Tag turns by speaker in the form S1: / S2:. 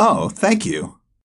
S1: Oh, thank you.